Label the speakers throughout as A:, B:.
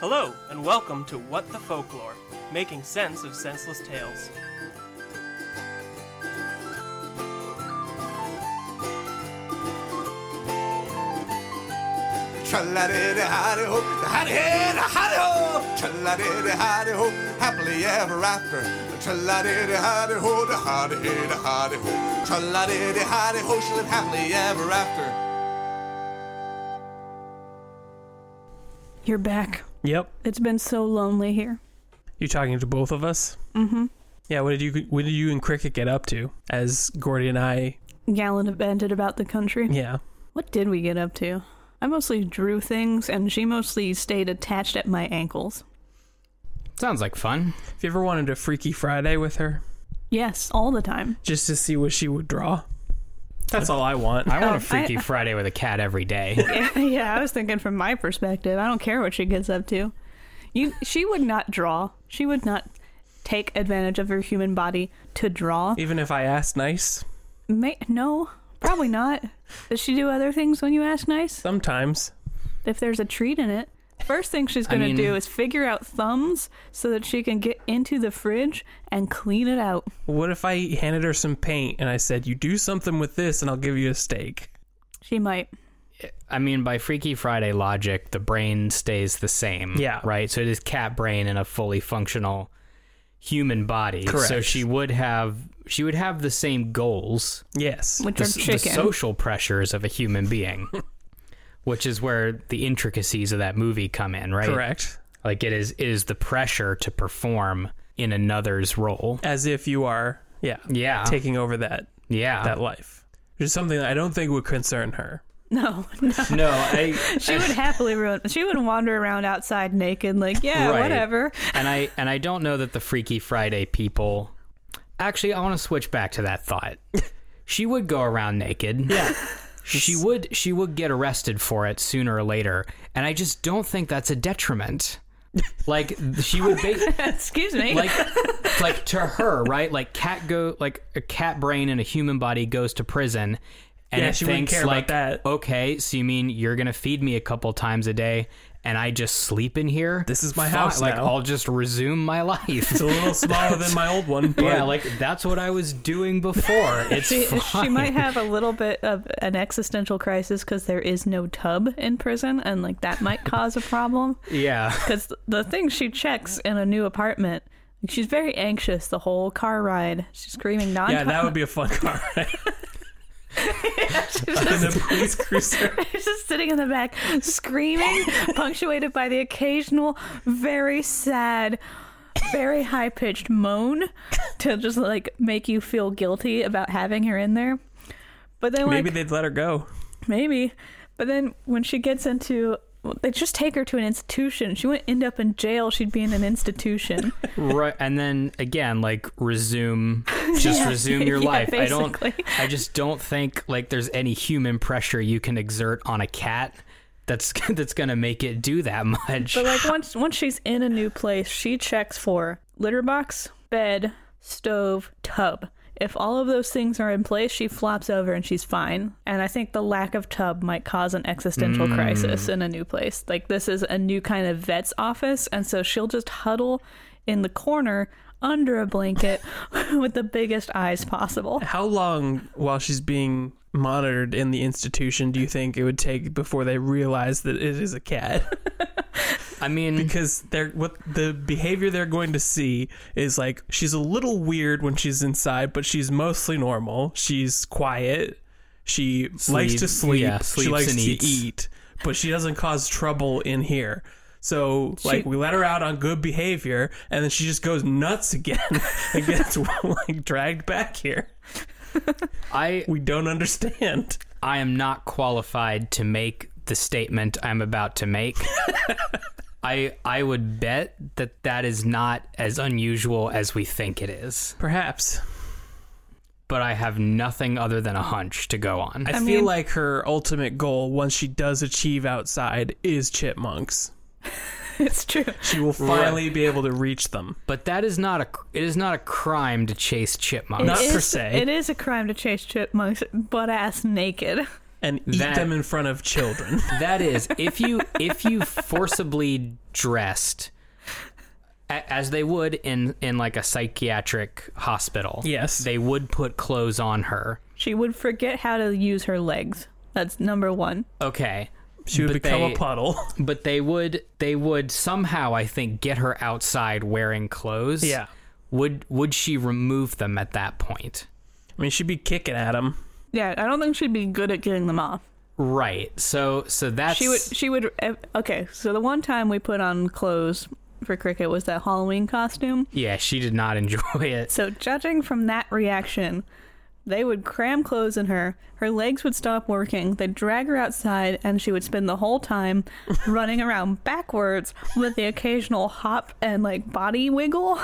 A: Hello, and welcome to What the Folklore, making sense of senseless tales.
B: Tra-la-di-di-hi-di-ho, hi-di-hi-di-hi-di-ho, tra-la-di-di-hi-di-ho, happily ever after. Tra-la-di-di-hi-di-ho, hi-di-hi-di-hi-di-ho, tra-la-di-di-hi-di-ho, she lived happily ever after.
C: You're back.
A: Yep.
C: It's been so lonely here.
A: You talking to both of us? Mm-hmm. Yeah, what did you what did you and Cricket get up to as Gordy and I
C: Gallant abandoned about the country.
A: Yeah.
C: What did we get up to? I mostly drew things, and she mostly stayed attached at my ankles.
D: Sounds like fun.
A: If you ever wanted a Freaky Friday with her,
C: Yes, all the time.
A: just to see what she would draw.
D: That's all I want. I
C: Oh,
D: want
C: I-
D: a Freaky Friday with a cat every day.
C: yeah, I was thinking from my perspective. I don't care what she gets up to. You, she would not draw. She would not take advantage of her human body to draw.
A: Even if I asked nice,
C: May, no, probably not. Does she do other things when you ask nice?
A: sometimes.
C: If there's a treat in it. First thing she's going
D: mean-
C: to do is figure out thumbs so that she can get into the fridge and clean it out.
A: What if I handed her some paint and I said, "You do something with this, and I'll give you a steak."
C: She might.
D: I mean, by Freaky Friday logic, the brain stays the same.
A: Yeah.
D: Right? So it is cat brain in a fully functional human body. So
A: Correct.
D: she would have she would have the same goals,
A: Yes.
C: Which
D: the,
C: are
D: s- the
C: chicken.
D: social pressures of a human being. Which is where the intricacies of that movie come in, right?
A: Correct.
D: Like it is it is the pressure to perform in another's role.
A: As if you are, yeah, Ah.
D: Yeah.
A: taking over that
D: yeah.
A: that life. Which is something that I don't think would concern her.
C: no, no.
D: no, I
C: She would happily ruin. She would wander around outside naked, like yeah,
D: Right.
C: whatever.
D: and I and I don't know that the Freaky Friday people. Actually, I want to switch back to that thought. she would go around naked. Yeah. She would she would get arrested for it sooner or later, and I just don't think that's a detriment. Like she would ba-
C: Excuse me.
D: like like to her, right? Like cat go like a cat brain in a human body goes to prison and
A: Yeah,
D: it
A: she wouldn't
D: thinks
A: care about
D: like
A: that.
D: okay, so you mean you're gonna feed me a couple times a day and I just sleep in here?
A: This is my
D: Fuck,
A: house
D: Like
A: now.
D: I'll just resume my life.
A: It's a little smaller than my old one, but
D: yeah, like that's what I was doing before. It's
C: she,
D: fine.
C: she might have a little bit of an existential crisis because there is no tub in prison, and like that might cause a problem.
D: Yeah.
C: Because the thing she checks in a new apartment, like, she's very anxious the whole car ride. She's screaming non.
A: yeah, that would be a fun car ride. in the police cruiser.
C: She's just sitting in the back screaming, punctuated by the occasional very sad, very high pitched moan to just like make you feel guilty about having her in there. But then, like,
A: Maybe they'd let her go.
C: maybe. But then when she gets into. well, They just take her to an institution. She wouldn't end up in jail. She'd be in an institution.
D: Right, and then again, like resume, just
C: Yeah.
D: resume your
C: Yeah,
D: life. I
C: basically.
D: don't, I just don't think like there's any human pressure you can exert on a cat that's that's gonna make it do that much.
C: But like once once she's in a new place, she checks for litter box, bed, stove, tub. If all of those things are in place, she flops over and she's fine. And I think the lack of tub might cause an existential
A: Mm.
C: crisis in a new place. Like this is a new kind of vet's office, and so she'll just huddle in the corner under a blanket with the biggest eyes possible.
A: How long while she's being monitored in the institution do you think it would take before they realize that it is a cat?
D: I mean,
A: Because they're what the behavior they're going to see is like she's a little weird when she's inside, but she's mostly normal. She's quiet. She likes to
D: Sleep-
A: sleep.
D: yeah,
A: she
D: sleeps
A: likes
D: and
A: to
D: eats.
A: eat, but she doesn't cause trouble in here. So like we let her out on good behavior, and then she just goes nuts again and gets like dragged back here.
D: I
A: We don't understand.
D: I am not qualified to make the statement I'm about to make. I I would bet that that is not as unusual as we think it is,
A: Perhaps
D: but I have nothing other than a hunch to go on.
A: I, feel
C: mean-
A: like her ultimate goal, once she does achieve outside, is chipmunks.
C: It's true.
A: She will finally be able to reach them.
D: But that is not a it is not a crime to chase chipmunks.
A: Not
C: It
A: per
C: is-
A: se.
C: It is a crime to chase chipmunks butt ass naked.
E: and eat
D: That-
E: them in front of children.
D: That is, if you if you forcibly dressed a- as they would in in like a psychiatric hospital,
E: Yes.
D: they would put clothes on her.
C: She would forget how to use her legs. That's number one.
D: Okay,
E: She would
D: But
E: become
D: they-
E: a puddle.
D: but they would they would somehow I think get her outside wearing clothes.
E: Yeah.
D: would would she remove them at that point?
E: I mean, she'd be kicking at him.
C: Yeah, I don't think she'd be good at getting them off.
D: Right. So so that's
C: She would. She would. eh, Okay, so the one time we put on clothes for Cricket was that Halloween costume.
D: yeah. She did not enjoy it.
C: So judging from that reaction, they would cram clothes in her. Her legs would stop working. They'd drag her outside, and she would spend the whole time running around backwards with the occasional hop and like body wiggle.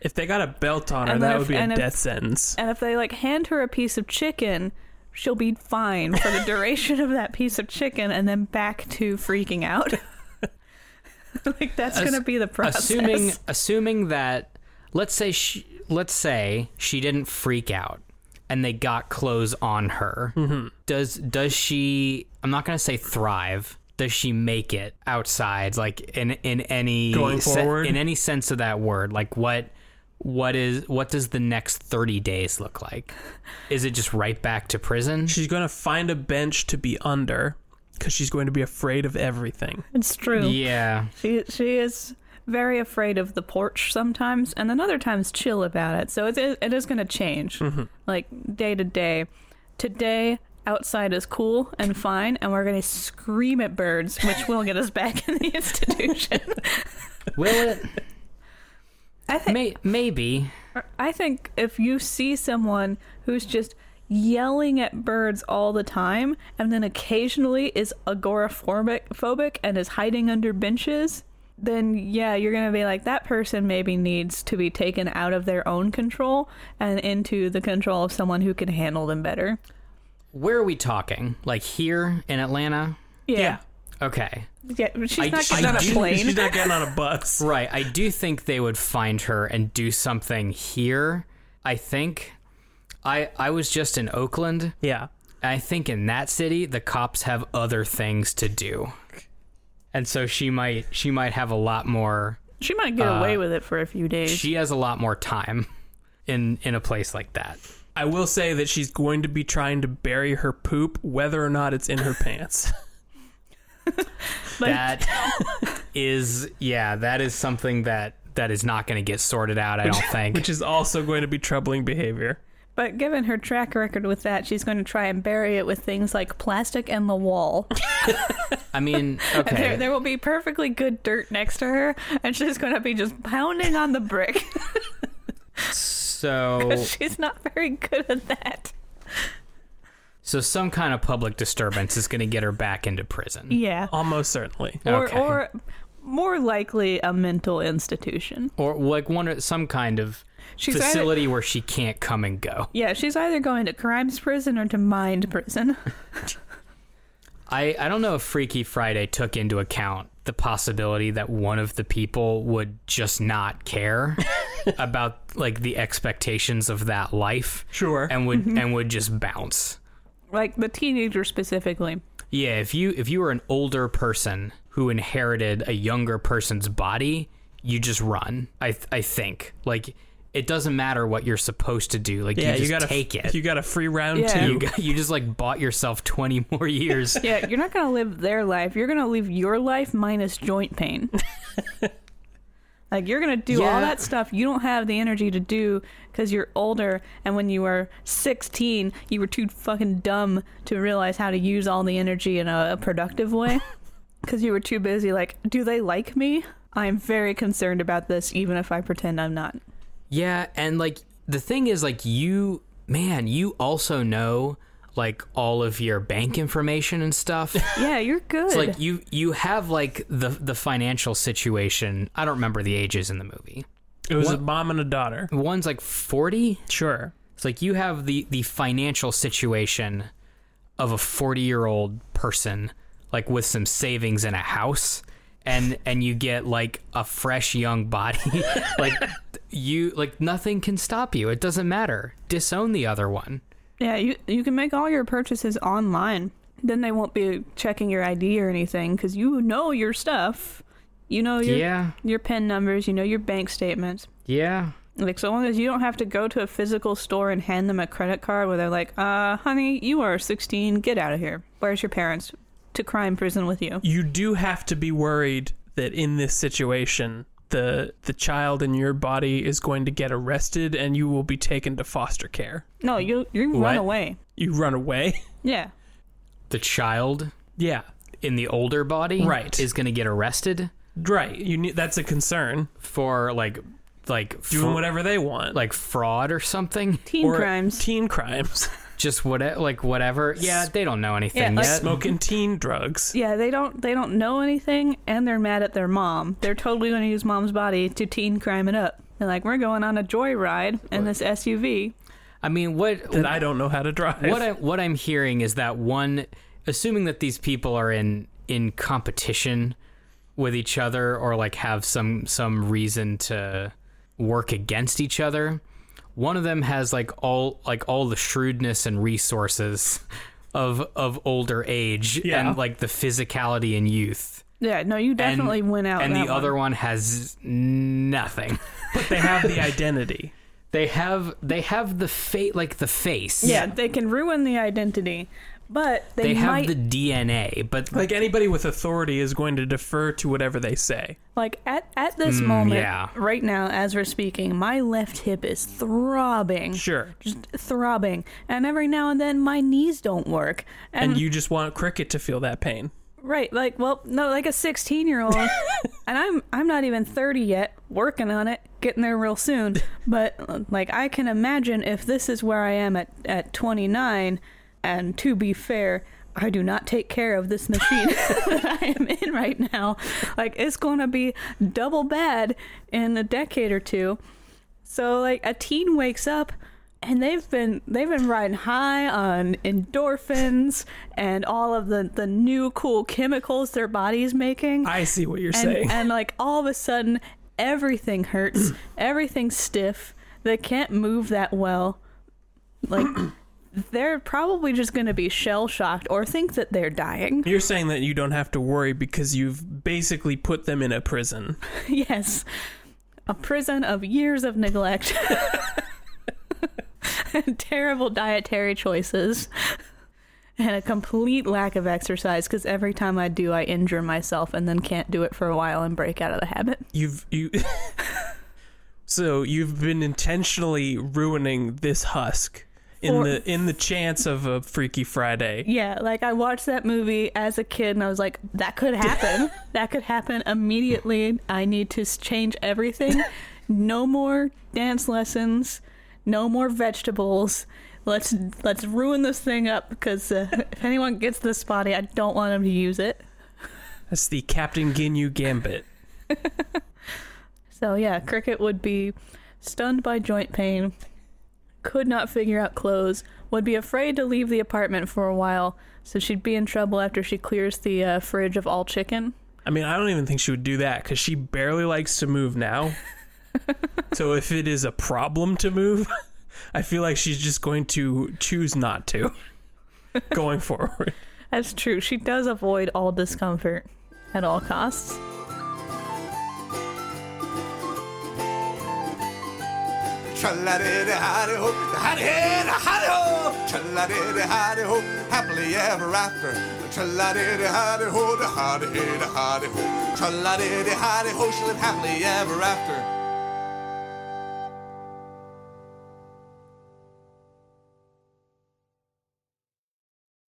E: If they got a belt on her,
C: And
E: that
C: if-
E: would be a
C: and if-
E: death sentence.
C: And if they like hand her a piece of chicken, she'll be fine for the duration of that piece of chicken and then back to freaking out. like that's
D: Ass-
C: going to be the process.
D: Assuming assuming that let's say she let's say she didn't freak out and they got clothes on her.
E: Mm-hmm.
D: Does does she? I'm not gonna say thrive. Does she make it outside? Like in in any
E: Going
D: se-
E: forward?
D: in any sense of that word? Like what? What is what does the next thirty days look like? Is it just right back to prison?
E: She's going to find a bench to be under because she's going to be afraid of everything.
C: it's true.
D: Yeah,
C: She she is very afraid of the porch sometimes, and then other times chill about it. So it is, it is going to change, like day to day. Today outside is cool and fine, and we're going to scream at birds, which will get us back in the institution.
D: will it?
C: I think
D: May, maybe.
C: I think if you see someone who's just yelling at birds all the time and then occasionally is agoraphobic phobic and is hiding under benches, then yeah, you're going to be like that person maybe needs to be taken out of their own control and into the control of someone who can handle them better.
D: Where are we talking? Like here in Atlanta?
C: Yeah.
D: Okay.
C: Yeah, she's
D: I-
C: not
D: I
C: getting on a
D: do-
E: She's
C: plane.
E: not getting on a bus.
D: Right. I do think they would find her and do something here. I think. I I was just in Oakland.
E: Yeah.
D: I think in that city the cops have other things to do. And so she might she might have a lot more
C: She might get away with it for a few days.
D: Uh, she has a lot more time in in a place like that.
E: I will say that she's going to be trying to bury her poop, whether or not it's in her pants.
C: But-
D: That is yeah, that is something that that is not going to get sorted out, I don't think.
E: which is also going to be troubling behavior.
C: But given her track record with that, she's going to try and bury it with things like plastic and the wall.
D: I mean, okay.
C: There, there will be perfectly good dirt next to her, and she's going to be just pounding on the brick.
D: so
C: she's not very good at that.
D: So some kind of public disturbance is going to get her back into prison,
C: Yeah.
E: Almost certainly.
C: Or,
D: Okay.
C: or more likely, a mental institution.
D: or like one of- some kind of
C: She's Either,
D: facility where she can't come and go.
C: yeah, she's either going to crimes prison or to mind prison.
D: I I don't know if Freaky Friday took into account the possibility that one of the people would just not care about like the expectations of that life,
E: Sure. Mm-hmm.
D: and would and would just bounce.
C: like the teenager specifically.
D: Yeah, if you if you were an older person who inherited a younger person's body, you just run. I th- I think like it doesn't matter what you're supposed to do. Like you
E: yeah, you,
D: just
E: got to
D: take it.
E: You
D: You,
E: got a free round
C: Yeah.
E: two.
C: You
D: got- you just like bought yourself twenty more years.
C: Yeah, you're not going to live their life. You're going to live your life minus joint pain. like you're going to do
D: Yeah.
C: all that stuff you don't have the energy to do cuz you're older and when you were 16, you were too fucking dumb to realize how to use all the energy in a, a productive way cuz you were too busy like, do they like me? I'm very concerned about this even if I pretend I'm not.
D: Yeah, and like the thing is like you man, you also know like all of your bank information and stuff.
C: Yeah, you're good.
D: It's like you you have like the the financial situation. I don't remember the ages in the movie.
E: It was
D: What-
E: a mom and a daughter.
D: One's like 40,
E: Sure.
D: It's like you have the the financial situation of a 40-year-old person like with some savings and a house and and you get like a fresh young body like you like nothing can stop you. It doesn't matter. Disown the other one.
C: yeah, you you can make all your purchases online. Then they won't be checking your ID or anything because you know your stuff. You know your
D: Yeah.
C: your PIN numbers. You know your bank statements.
D: Yeah.
C: Like so long as you don't have to go to a physical store and hand them a credit card where they're like, "Uh, honey, you are 16. Get out of here. Where's your parents? To crime prison with you."
E: you do have to be worried that in this situation the the child in your body is going to get arrested and you will be taken to foster care.
C: No, you you
D: What?
C: run away.
E: You run away?
C: Yeah.
D: The child
E: yeah.
D: in the older body
E: Right.
D: is going to get arrested
E: Right. You need that's a concern.
D: for like like
E: Doing
D: fr-
E: whatever they want.
D: like fraud or something.
C: Teen crimes.
E: Teen crimes.
D: Just what like whatever. Yeah, they don't know anything
C: Yeah, like-
D: yet.
E: Smoking teen drugs.
C: yeah, they don't they don't know anything and they're mad at their mom. They're totally going to use mom's body to teen crime it up. They're like, "We're going on a joyride in this SUV."
D: I mean, what
E: That I don't know how to drive.
D: what I, what I'm hearing is that one, assuming that these people are in in competition with each other or like have some some reason to work against each other, one of them has like all like all the shrewdness and resources of of older age
E: Yeah.
D: and like the physicality and youth.
C: Yeah, no, you
D: And-
C: definitely went out.
D: and the
C: that one.
D: other one has nothing.
E: but they have the identity.
D: They have they have the fate like the face.
C: Yeah, they can ruin the identity, but they,
D: They have
C: might
D: the DNA, but
E: Like anybody with authority is going to defer to whatever they say.
C: like at at this moment
D: Mm, yeah.
C: right now as we're speaking, my left hip is throbbing.
E: Sure.
C: Just throbbing. And every now and then my knees don't work.
E: And you just want cricket to feel that pain.
C: Right, like well, no, like a sixteen-year-old, and I'm I'm not even thirty yet, working on it, getting there real soon. But uh, like I can imagine if this is where I am at at twenty-nine, and to be fair, I do not take care of this machine that I am in right now. Like it's gonna be double bad in a decade or two. So like a teen wakes up and they've been they've been riding high on endorphins and all of the the new cool chemicals their body's making.
E: I see what you're
C: and,
E: saying.
C: and like all of a sudden everything hurts, everything's stiff. They can't move that well. Like they're probably just going to be shell shocked or think that they're dying.
E: You're saying that you don't have to worry because you've basically put them in a prison.
C: yes. A prison of years of neglect. Terrible dietary choices. And a complete lack of exercise because every time I do, I injure myself and then can't do it for a while and break out of the habit.
E: You've you So you've been intentionally ruining this husk in
C: For-
E: the in the chance of a Freaky Friday.
C: Yeah, like I watched that movie as a kid and I was like, that could happen. that could happen immediately. I need to s- change everything. No more dance lessons. No more vegetables. Let's let's ruin this thing up because uh, if anyone gets this body, I don't want them to use it.
E: That's the Captain Ginyu Gambit.
C: So yeah, Cricket would be stunned by joint pain, could not figure out clothes, would be afraid to leave the apartment for a while, so she'd be in trouble after she clears the uh, fridge of all chicken.
E: I mean, I don't even think she would do that cuz she barely likes to move now. so if it is a problem to move, I feel like she's just going to choose not to going forward.
C: That's true. She does avoid all discomfort at all costs.
B: Tra-la-di-di-hi-di-ho, hi-di-hi-di-hi-di-ho. Tra-la-di-di-hi-di-ho, happily ever after. Tra-la-di-di-hi-di-ho, da-hi-di-hi-di-hi-di-ho. Tra-la-di-di-hi-di-ho, she lived happily ever after.